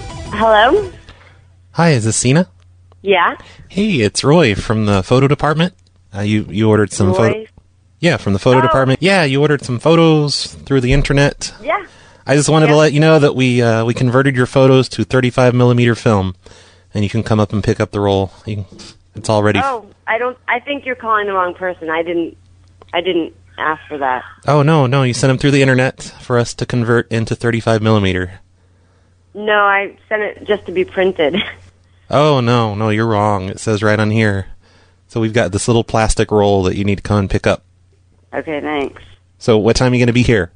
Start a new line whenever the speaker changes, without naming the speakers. Hello?
Hi, is this Cena?
Yeah?
Hey, it's Roy from the photo department. Uh, you you ordered some photo.
Roy?
Yeah, from the photo
Oh.
department. Yeah, you ordered some photos through the internet.
Yeah.
I just wanted to let you know that we uh, we converted your photos to 35 millimeter film, and you can come up and pick up the roll. You can, it's all ready.
Oh, I don't. I think you're calling the wrong person. I didn't. I didn't ask for that.
Oh no, no, you sent them through the internet for us to convert into 35 millimeter.
No, I sent it just to be printed.
Oh no, no, you're wrong. It says right on here. So we've got this little plastic roll that you need to come and pick up.
okay, thanks.
So what time are you going to be here?